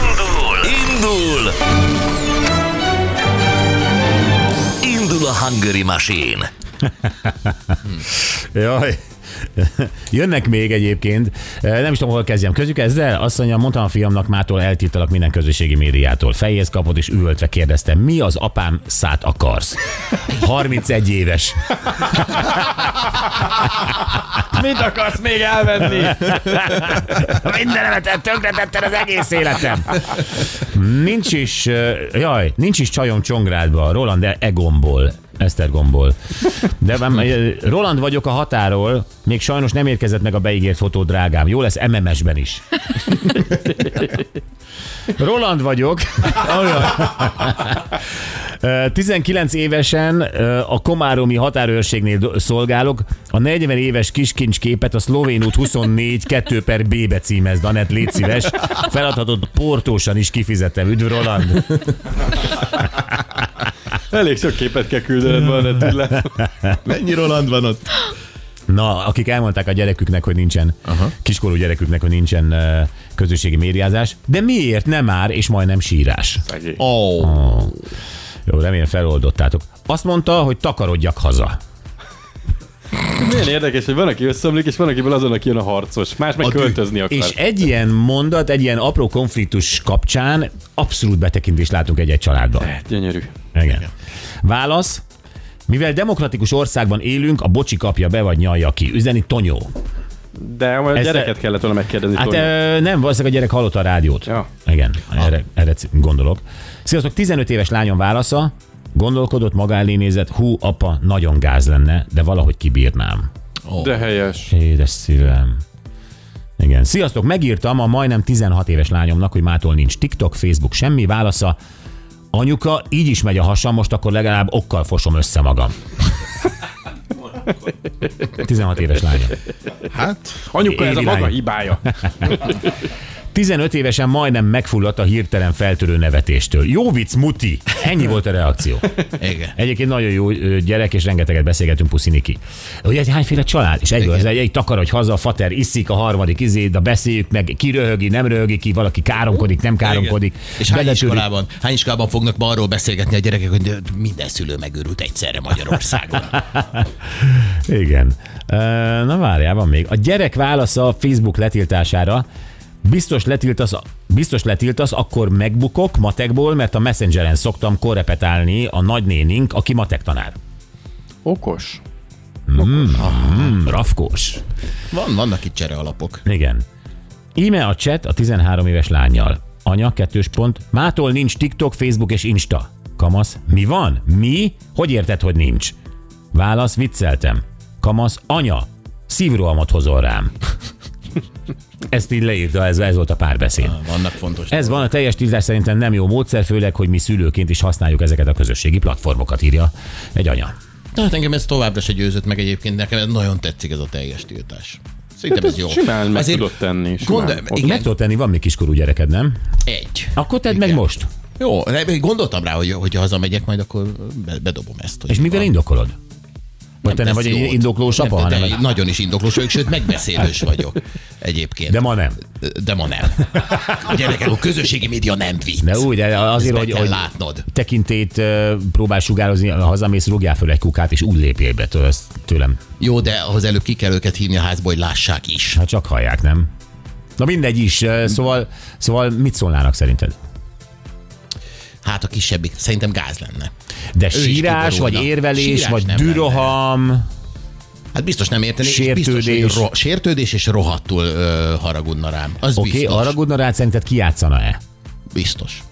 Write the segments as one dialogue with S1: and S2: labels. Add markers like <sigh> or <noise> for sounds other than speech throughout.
S1: Indul! Indul! Indul a Hungary Machine!
S2: Jaj. <laughs> Jönnek még egyébként. Eh, Nem is tudom, hol kezdjem. Közük ezzel? Azt mondja, mondtam a fiamnak, mától eltiltalak minden közösségi médiától. Fejéhez kapod, és üvöltve kérdeztem, mi az apám szát akarsz? 31 éves.
S3: Mit akarsz még elvenni?
S2: Mindenemet tönkretetted az egész életem. Nincs is, ö, jaj, nincs is csajom Csongrádba, Roland E- Egomból. Esztergomból. De nem, ö, Roland vagyok a határól, még sajnos nem érkezett meg a beígért fotó, drágám. Jó lesz MMS-ben is. Roland vagyok. Olyan. Ö, 19 évesen ö, a Komáromi határőrségnél do- szolgálok. A 40 éves kiskincs képet a Szlovén út 24 2 per B-be címez, Danett, légy szíves. Feladhatott portósan is kifizetem. Üdv Roland!
S3: Elég sok képet kell küldened volna, Tilla.
S4: Mennyi Roland van ott?
S2: Na, akik elmondták a gyereküknek, hogy nincsen, Aha. kiskorú gyereküknek, hogy nincsen ö, közösségi médiázás, de miért nem már, és majdnem sírás?
S4: Ó, oh,
S2: Jó, remélem feloldottátok. Azt mondta, hogy takarodjak haza.
S3: Milyen érdekes, hogy van, aki összeomlik, és van, akiből azon, aki jön a harcos. Más meg
S4: A tű-
S3: költözni akar.
S2: És egy ilyen mondat, egy ilyen apró konfliktus kapcsán abszolút betekintést látunk egy-egy családban.
S3: Gyönyörű.
S2: Igen. Válasz. Mivel demokratikus országban élünk, a bocsi kapja be, vagy nyalja ki. Üzeni Tonyó.
S3: De a
S2: Ezt-
S3: gyereket kellett volna megkérdezni.
S2: Hát
S3: Tony.
S2: ö, nem, valószínűleg a gyerek hallotta a rádiót.
S3: Ja. Ah.
S2: Igen, erre, erre c- gondolok. Sziasztok, 15 éves lányom válasza, gondolkodott, magán nézett, hú, apa, nagyon gáz lenne, de valahogy kibírnám.
S3: De helyes.
S2: Édes szívem. Igen. Sziasztok, megírtam a majdnem 16 éves lányomnak, hogy mától nincs TikTok, Facebook, semmi válasza. Anyuka, így is megy a hasam, most akkor legalább okkal fosom össze magam. 16 éves lányom.
S4: hát
S3: Anyuka, ez a
S2: Évirány.
S3: maga hibája.
S2: 15 évesen majdnem megfulladt a hirtelen feltörő nevetéstől. Jó vicc, muti! Ennyi volt a reakció.
S4: igen.
S2: Egyébként nagyon jó ö, gyerek, és rengeteget beszélgetünk Puszi Niki. Ugye egy hányféle család, és egyből az egy, egy takarodj haza, a fater iszik, a harmadik izé, de beszéljük meg, ki röhögi, nem röhögi ki, valaki káromkodik, nem káromkodik.
S4: Igen. És hány
S2: beletűri-
S4: iskolában, hány iskolában fognak ma arról beszélgetni a gyerekek, hogy minden szülő megőrült egyszerre Magyarországon?
S2: Igen. Ö, Na várjál, van még. A gyerek válasza a Facebook letiltására. Biztos letiltasz, biztos letiltasz, akkor megbukok matekból, mert a Messengeren szoktam korrepetálni a nagynénink, aki matek tanár.
S3: Okos.
S2: Hmm, rafkós.
S4: <laughs> Van, vannak itt csere alapok.
S2: Igen. Íme a chat a 13 éves lányjal. Anya, kettős pont. Mától nincs TikTok, Facebook és Insta. Kamasz, mi van? Mi? Hogy érted, hogy nincs? Válasz, vicceltem. Kamasz, anya, szívrohamot hozol rám. <laughs> Ezt így leírta, ez, ez volt a párbeszéd.
S4: Vannak fontos.
S2: Ez van, a teljes tiltás szerintem nem jó módszer, főleg, hogy mi szülőként is használjuk ezeket a közösségi platformokat, írja egy anya.
S4: Tehát hát engem ez továbbra se győzött meg egyébként, nekem ez nagyon tetszik ez a teljes tiltás. Szerintem ez jó.
S3: Simán meg tudod tenni. Simán.
S4: Gondol,
S3: Ott-
S2: Meg
S4: igen,
S2: tudod tenni, van még kiskorú gyereked, nem?
S4: egy.
S2: Akkor tedd meg
S4: Igen.
S2: most.
S4: Jó, de gondoltam rá, hogy, hogy ha hazamegyek, majd akkor be- bedobom ezt. Hogy
S2: És mivel
S4: van.
S2: indokolod? Vagy te nem
S4: tesz
S2: vagy egy
S4: jót.
S2: indoklós apa,
S4: de,
S2: hanem...
S4: de nagyon is indoklós vagyok, sőt, megbeszélős vagyok egyébként.
S2: De ma nem.
S4: De ma nem. Gyerekek, a közösségi média nem vicc.
S2: De úgy, de
S4: Ezt
S2: azért,
S4: be
S2: hogy,
S4: kell
S2: hogy
S4: látnod.
S2: tekintét ö, próbál sugározni, ha hazamész, rúgjál föl egy kukát, és úgy lépjél be tőle, ezt tőlem.
S4: Jó, de ahhoz előbb ki kell őket hívni a házba, hogy lássák is.
S2: Hát csak hallják, nem? Na mindegy is, ö, szóval, szóval mit szólnának szerinted?
S4: Hát a kisebbik, szerintem gáz lenne.
S2: De
S4: is
S2: sírás, vagy
S4: kiborulna.
S2: érvelés,
S4: Sírás
S2: vagy
S4: nem
S2: düroham,
S4: Hát biztos nem értené, és biztos,
S2: Sértődés.
S4: hogy ro- sértődés és rohadtul ö, haragudna rám. Az
S2: oké,
S4: biztos.
S2: okay, haragudna rád, szerinted kiátszana-e?
S4: Biztos.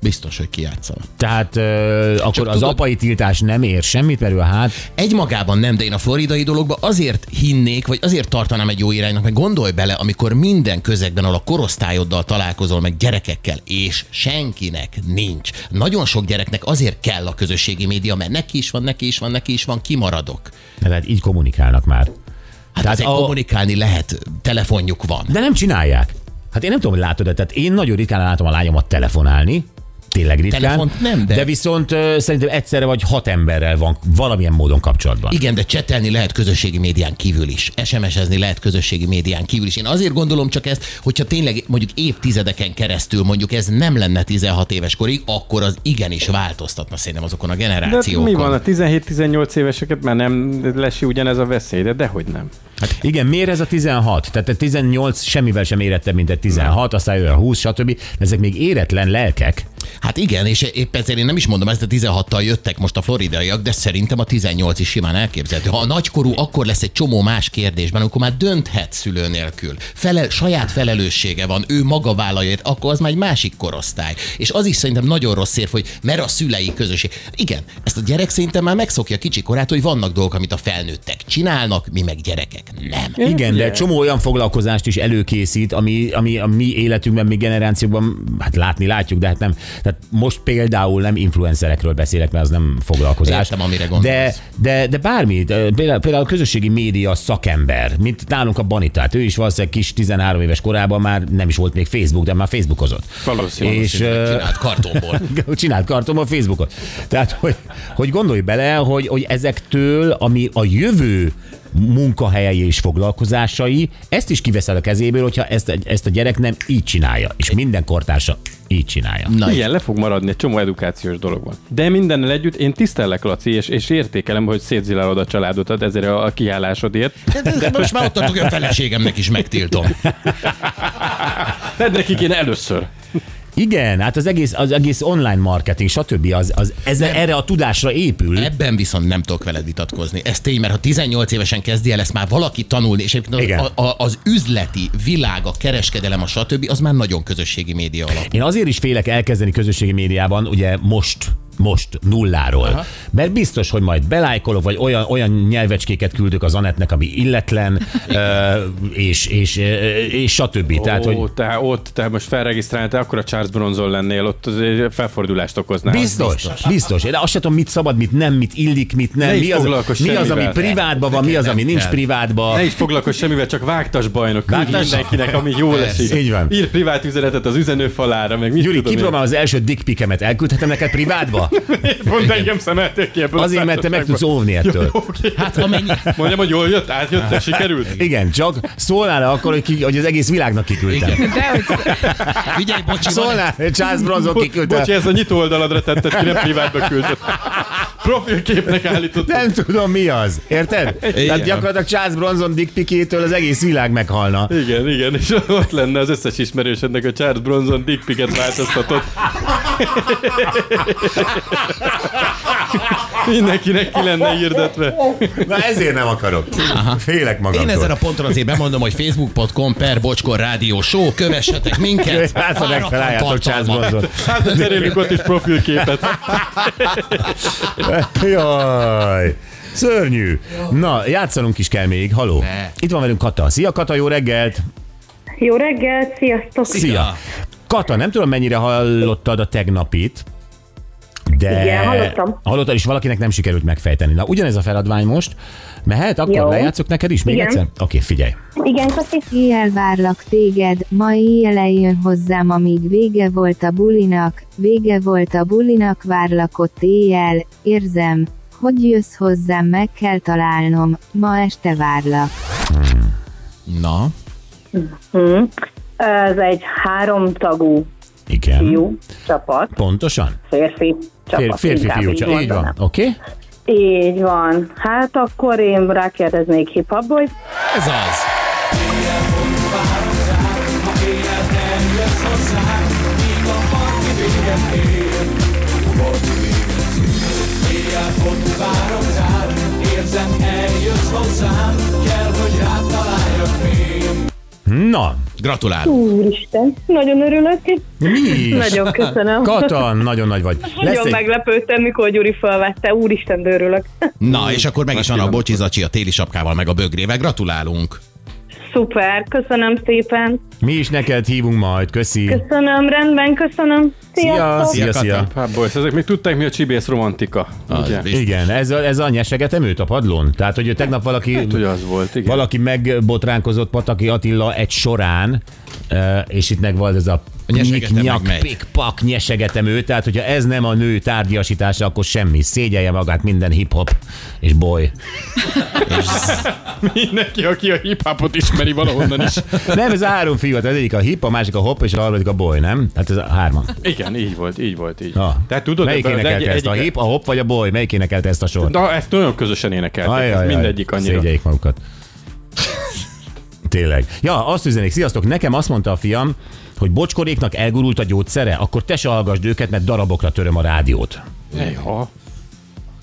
S4: Biztos, hogy kijátszana.
S2: Tehát ö, akkor az
S4: tudod-
S2: apai tiltás nem ér semmit, mert ő a hát...
S4: Egymagában nem, de én a floridai dologba azért hinnék, vagy azért tartanám egy jó iránynak, meg gondolj bele, amikor minden közegben, ahol a korosztályoddal találkozol, meg gyerekekkel, és senkinek nincs. Nagyon sok gyereknek azért kell a közösségi média, mert neki is van, neki is van, neki is van, kimaradok.
S2: Tehát hát így kommunikálnak már.
S4: Hát
S2: Tehát
S4: Tehát azért
S2: a-
S4: a... kommunikálni lehet, telefonjuk van.
S2: De nem csinálják. Hát én nem tudom, hogy látod-e, tehát én nagyon ritkán látom a lányomat telefonálni, tényleg ritkán.
S4: Telefont nem, de-
S2: de viszont ö, szerintem egyszerre vagy hat emberrel van valamilyen módon kapcsolatban.
S4: Igen, de csetelni lehet közösségi médián kívül is. SMS-ezni lehet közösségi médián kívül is. Én azért gondolom csak ezt, hogyha tényleg mondjuk évtizedeken keresztül mondjuk ez nem lenne 16 éves korig, akkor az igenis változtatna szerintem azokon a
S3: De hát
S4: generációkon.
S3: mi van, a 17-18 éveseket már nem lesi ugyanez a veszély, de dehogy nem.
S2: Hát Igen, miért ez a 16? Tehát a 18 semmivel sem érettebb, mint egy 16, aztán jön a 20, stb. De ezek még éretlen lelkek.
S4: Hát igen, és épp ezért én nem is mondom, ezt a 16-tal jöttek most a floridaiak, de szerintem a 18 is simán elképzelhető. Ha a nagykorú, akkor lesz egy csomó más kérdésben, amikor már dönthet szülő nélkül. Felel, saját felelőssége van, ő maga vállalja, akkor az már egy másik korosztály. És az is szerintem nagyon rossz érv, hogy mert a szülei közösség. Igen, ezt a gyerek szerintem már megszokja kicsi korát, hogy vannak dolgok, amit a felnőttek csinálnak, mi meg gyerekek nem.
S2: Igen, de csomó olyan foglalkozást is előkészít, ami, ami a mi életünkben, mi generációkban, hát látni látjuk, de hát nem. Tehát most például nem influencerekről beszélek, mert az nem foglalkozás.
S4: Értem, amire gondolsz.
S2: De, de, de bármi, de például, például a közösségi média szakember, mint nálunk a Banitát, ő is valószínűleg kis 13 éves korában már nem is volt még Facebook, de már Facebookozott.
S3: Valószínűleg.
S2: És, ö,
S4: Csinált kartonból.
S2: csinált kartom a Facebookot. Tehát, hogy, hogy gondolj bele, hogy, hogy ezektől, ami a jövő munkahelyei és foglalkozásai, ezt is kiveszel a kezéből, hogyha ezt, ezt a gyerek nem így csinálja, és minden kortársa így csinálja.
S4: Na,
S3: Igen, le fog maradni, egy csomó edukációs dolog van. De mindennel együtt én tisztellek, Laci, és, és értékelem, hogy szétzilálod a családodat ezért a a kiállásodért.
S4: De most már ott tartok, hogy a feleségemnek is megtiltom.
S3: <laughs> Tedd nekik én először.
S2: Igen, hát az egész, az egész online marketing, stb. Az, az ez erre a tudásra épül.
S4: Ebben viszont nem tudok veled vitatkozni. Ez tény, mert ha 18 évesen kezdi el ezt már valaki tanulni, és egyébként
S2: Igen.
S4: az, a, az üzleti világ, a kereskedelem, a stb., az már nagyon közösségi média alap.
S2: Én azért is félek elkezdeni közösségi médiában, ugye most most nulláról. Aha. Mert biztos, hogy majd belájkolok, vagy olyan, olyan nyelvecskéket küldök az Anetnek, ami
S3: <laughs>
S2: illetlen, ö, és, és, ö, és stb. Oh. Tehát,
S3: Tehát, Ó,
S2: hogy
S3: hogy... te, ott te most felregisztráltál, akkor a Charles Bronson lennél, ott azért felfordulást okoznál.
S2: biztos, biztos, biztos. Én azt sem tudom, mit szabad, mit nem, mit illik, mit nem.
S3: Ne is
S2: mi az,
S3: foglalkozz
S2: mi az, ami
S3: semmivel.
S2: privátban van, mi az, ami nincs privátban.
S3: Ne is foglalkozz semmivel, csak vágtas bajnok. Küldj
S2: Vágtas?
S3: mindenkinek, ami jól
S4: Persze,
S3: esik.
S2: így van.
S3: Ír privát üzenetet az üzenőfalára, meg mit
S2: Gyuri,
S3: tudom én. <laughs>
S2: kipróbálom az első dickpikemet, elküldhetem neked privátba?
S3: Pont engem szemelték ki ebből a
S2: Azért, mert te meg tudsz Hát-
S3: társaságból.
S2: óvni
S3: <laughs>
S2: ettől.
S4: Hát amennyi...
S3: Mondjam, hogy jól jött, átjött, te sikerült?
S2: Igen, csak szólnál -e akkor, hogy, ki, hogy az egész világnak kiküldtem.
S4: Igen.
S5: Dehogy
S4: Figyelj, bocsi, van,
S2: Szólnál, Charles Bronson
S3: Bo-
S2: kiküldte.
S3: Bocsi, ez a nyitó oldaladra tetted, ki nem privátba küldött. Profilképnek állított.
S2: Nem tudom, mi az. Érted? Tehát gyakorlatilag Charles Bronson dickpikétől az egész világ meghalna.
S3: Igen, igen, és ott lenne az összes ismerősödnek, a Charles Bronson Dick Picket változtatott. Mindenkinek ki lenne hirdetve.
S2: Na ezért nem akarok. Félek
S4: én
S2: magamtól.
S4: ezen a ponton azért bemondom, hogy facebook.com per bocskor rádió show, kövessetek
S2: <laughs>
S4: minket.
S2: Hát, ha
S4: Páratlan
S2: megtaláljátok Charles
S4: tartalmak.
S2: Bronson.
S3: Hát de cserélünk ott is profilképet.
S2: Jaj. Szörnyű. Na, játszanunk is kell még. Haló.
S4: Ne.
S2: Itt van velünk Kata. Szia Kata, jó reggelt.
S6: Jó reggelt, sziasztok!
S2: Szia. Kata, nem tudom mennyire hallottad a tegnapit, de
S6: Igen, hallottam.
S2: hallottad, és valakinek nem sikerült megfejteni. Na, ugyanez a feladvány most. Mehet? Akkor
S6: Jó.
S2: lejátszok neked is még
S6: Igen.
S2: egyszer? Oké, figyelj.
S6: Igen, Kati.
S5: Éjjel várlak téged, ma éjjel eljön hozzám, amíg vége volt a bulinak, vége volt a bulinak, várlak ott éjjel, érzem, hogy jössz hozzám, meg kell találnom, ma este várlak.
S4: Na,
S6: Ez egy háromtagú
S2: Igen.
S6: fiú csapat,
S2: Pontosan.
S6: férfi
S2: Fér,
S6: csapat.
S2: férfi
S6: inkább
S2: fiú,
S6: így
S2: csak így van.
S6: mondanám.
S2: Oké? Okay?
S6: Így van. Hát akkor én rákérdeznék Hip Hop Boys.
S4: ez az.
S2: Na,
S4: Gratulálunk.
S6: Úristen, nagyon örülök.
S2: mi is?
S6: <laughs> Nagyon köszönöm.
S2: Kata, nagyon nagy vagy.
S6: Nagyon meglepődtem, mikor Gyuri felvette. Úristen, de örülök. <laughs>
S4: Na, és akkor meg is van a bocsi zacsi a téli sapkával, meg a bögrével. Gratulálunk.
S6: Szuper, köszönöm szépen.
S2: Mi is neked hívunk majd, köszi.
S6: Köszönöm, rendben, köszönöm.
S2: Szia,
S6: Sziasztok!
S2: szia,
S4: Szia,
S2: szia.
S4: Kata.
S3: Hát boys, ezek még tudták, mi a csibész romantika.
S4: Az
S3: Ugye?
S4: biztos.
S2: Igen, ez, a- ez a nyesegetem őt a padlón. Tehát, hogy
S3: Hm.
S2: tegnap valaki,
S3: Hogy az volt, igen.
S2: valaki megbotránkozott Pataki Attila egy során, Ö, és itt meg volt ez a
S4: Nyesegetem,
S2: nyik, nyak,
S4: meg megy.
S2: pik, pak, nyesegetem őt, tehát hogyha ez nem a nő tárgyasítása, akkor semmi, szégyelje magát minden hip-hop és boy.
S3: Mindenki, aki a hip-hopot ismeri valahonnan is.
S2: Nem, ez a három fiú, hát az egyik a hip, a másik a hop, és a harmadik a boy, nem? Tehát ez a hárman.
S3: Igen, így volt, így volt, így.
S2: Na,
S3: Tehát tudod,
S2: melyik
S3: ebben az
S2: énekelte
S3: egy-
S2: ezt, a
S3: egyik-
S2: hip, a hop vagy a boy? Melyik énekelte ezt a sort?
S3: Na, ezt nagyon közösen énekelték, Hát ez mindegyik annyira.
S2: Szégyeljék magukat. Tényleg. Ja, azt üzenik, sziasztok, nekem azt mondta a fiam, hogy bocskoréknak elgurult a gyógyszere, akkor te se hallgassd őket, mert darabokra töröm a rádiót.
S3: Ejha.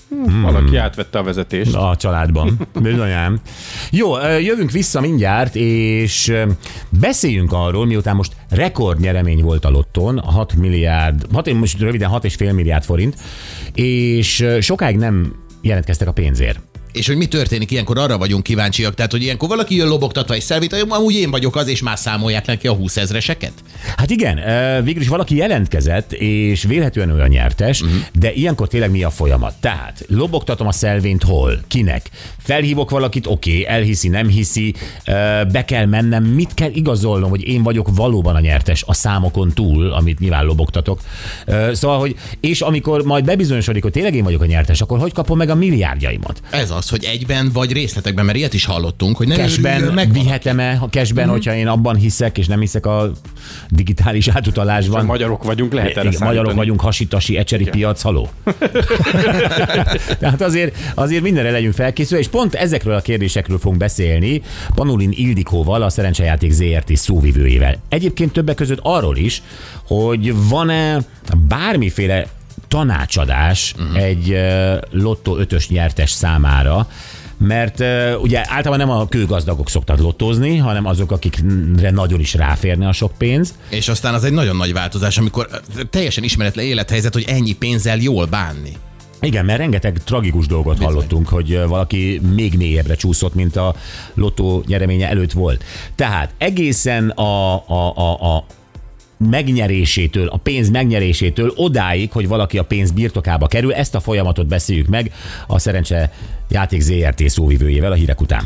S3: Hmm. Valaki átvette a vezetést. Na.
S2: A
S3: <laughs>
S2: családban. Bizonyám. Jó, ö, jövünk vissza mindjárt, és ö, beszéljünk arról, miután most rekordnyeremény volt a lotton, 6 milliárd, 6, most röviden 6,5 milliárd forint, és ö, sokáig nem jelentkeztek a pénzért.
S4: És hogy mi történik, ilyenkor arra vagyunk kíváncsiak. Tehát, hogy ilyenkor valaki jön lobogtatva egy szelvét, amúgy én vagyok az, és már számolják neki a 20 ezreseket.
S2: Hát igen, ö, végül is valaki jelentkezett, és vélhetően olyan nyertes, uh-huh. de ilyenkor tényleg mi a folyamat? Tehát lobogtatom a szelvényt hol, kinek? Felhívok valakit, oké, okay, elhiszi, nem hiszi, ö, be kell mennem, mit kell igazolnom, hogy én vagyok valóban a nyertes a számokon túl, amit nyilván lobogtatok. Ö, Szóval, hogy és amikor majd bebizonyosodik, hogy tényleg én vagyok a nyertes, akkor hogy kapom meg a milliárdjaimat?
S4: Ez az, hogy egyben vagy részletekben, mert ilyet is hallottunk, hogy nem örüljön
S2: Cashben
S4: meg
S2: vihetem-e, a cashben, uh-huh. hogyha én abban hiszek, és nem hiszek a digitális átutalásban?
S3: Magyarok vagyunk, lehet erre
S2: Igen, magyarok
S3: számítani.
S2: vagyunk, hasitasi, ecseri
S3: Igen.
S2: piac,
S3: <laughs>
S2: haló. Tehát azért, azért mindenre legyünk felkészülve, és pont ezekről a kérdésekről fogunk beszélni Panulin Ildikóval, a Szerencsejáték ZRT szóvivőjével. Egyébként többek között arról is, hogy van-e bármiféle tanácsadás
S3: Mhm.
S2: uh-huh. egy ö, lottó ötös nyertes számára, mert ö, ugye általában nem a kőgazdagok szoktak lottózni, hanem azok, akikre nagyon is ráférne a sok pénz.
S4: És aztán az egy nagyon nagy változás, amikor ö, teljesen ismeretlen élethelyzet, hogy ennyi pénzzel jól bánni.
S2: Igen, mert rengeteg tragikus dolgot Bizony. hallottunk, hogy ö, valaki még mélyebbre csúszott, mint a lottó nyereménye előtt volt. Tehát egészen a, a, a, a megnyerésétől, a pénz megnyerésétől odáig, hogy valaki a pénz birtokába kerül, ezt a folyamatot beszéljük meg a Szerencse Játék ZRT szóvivőjével a hírek után.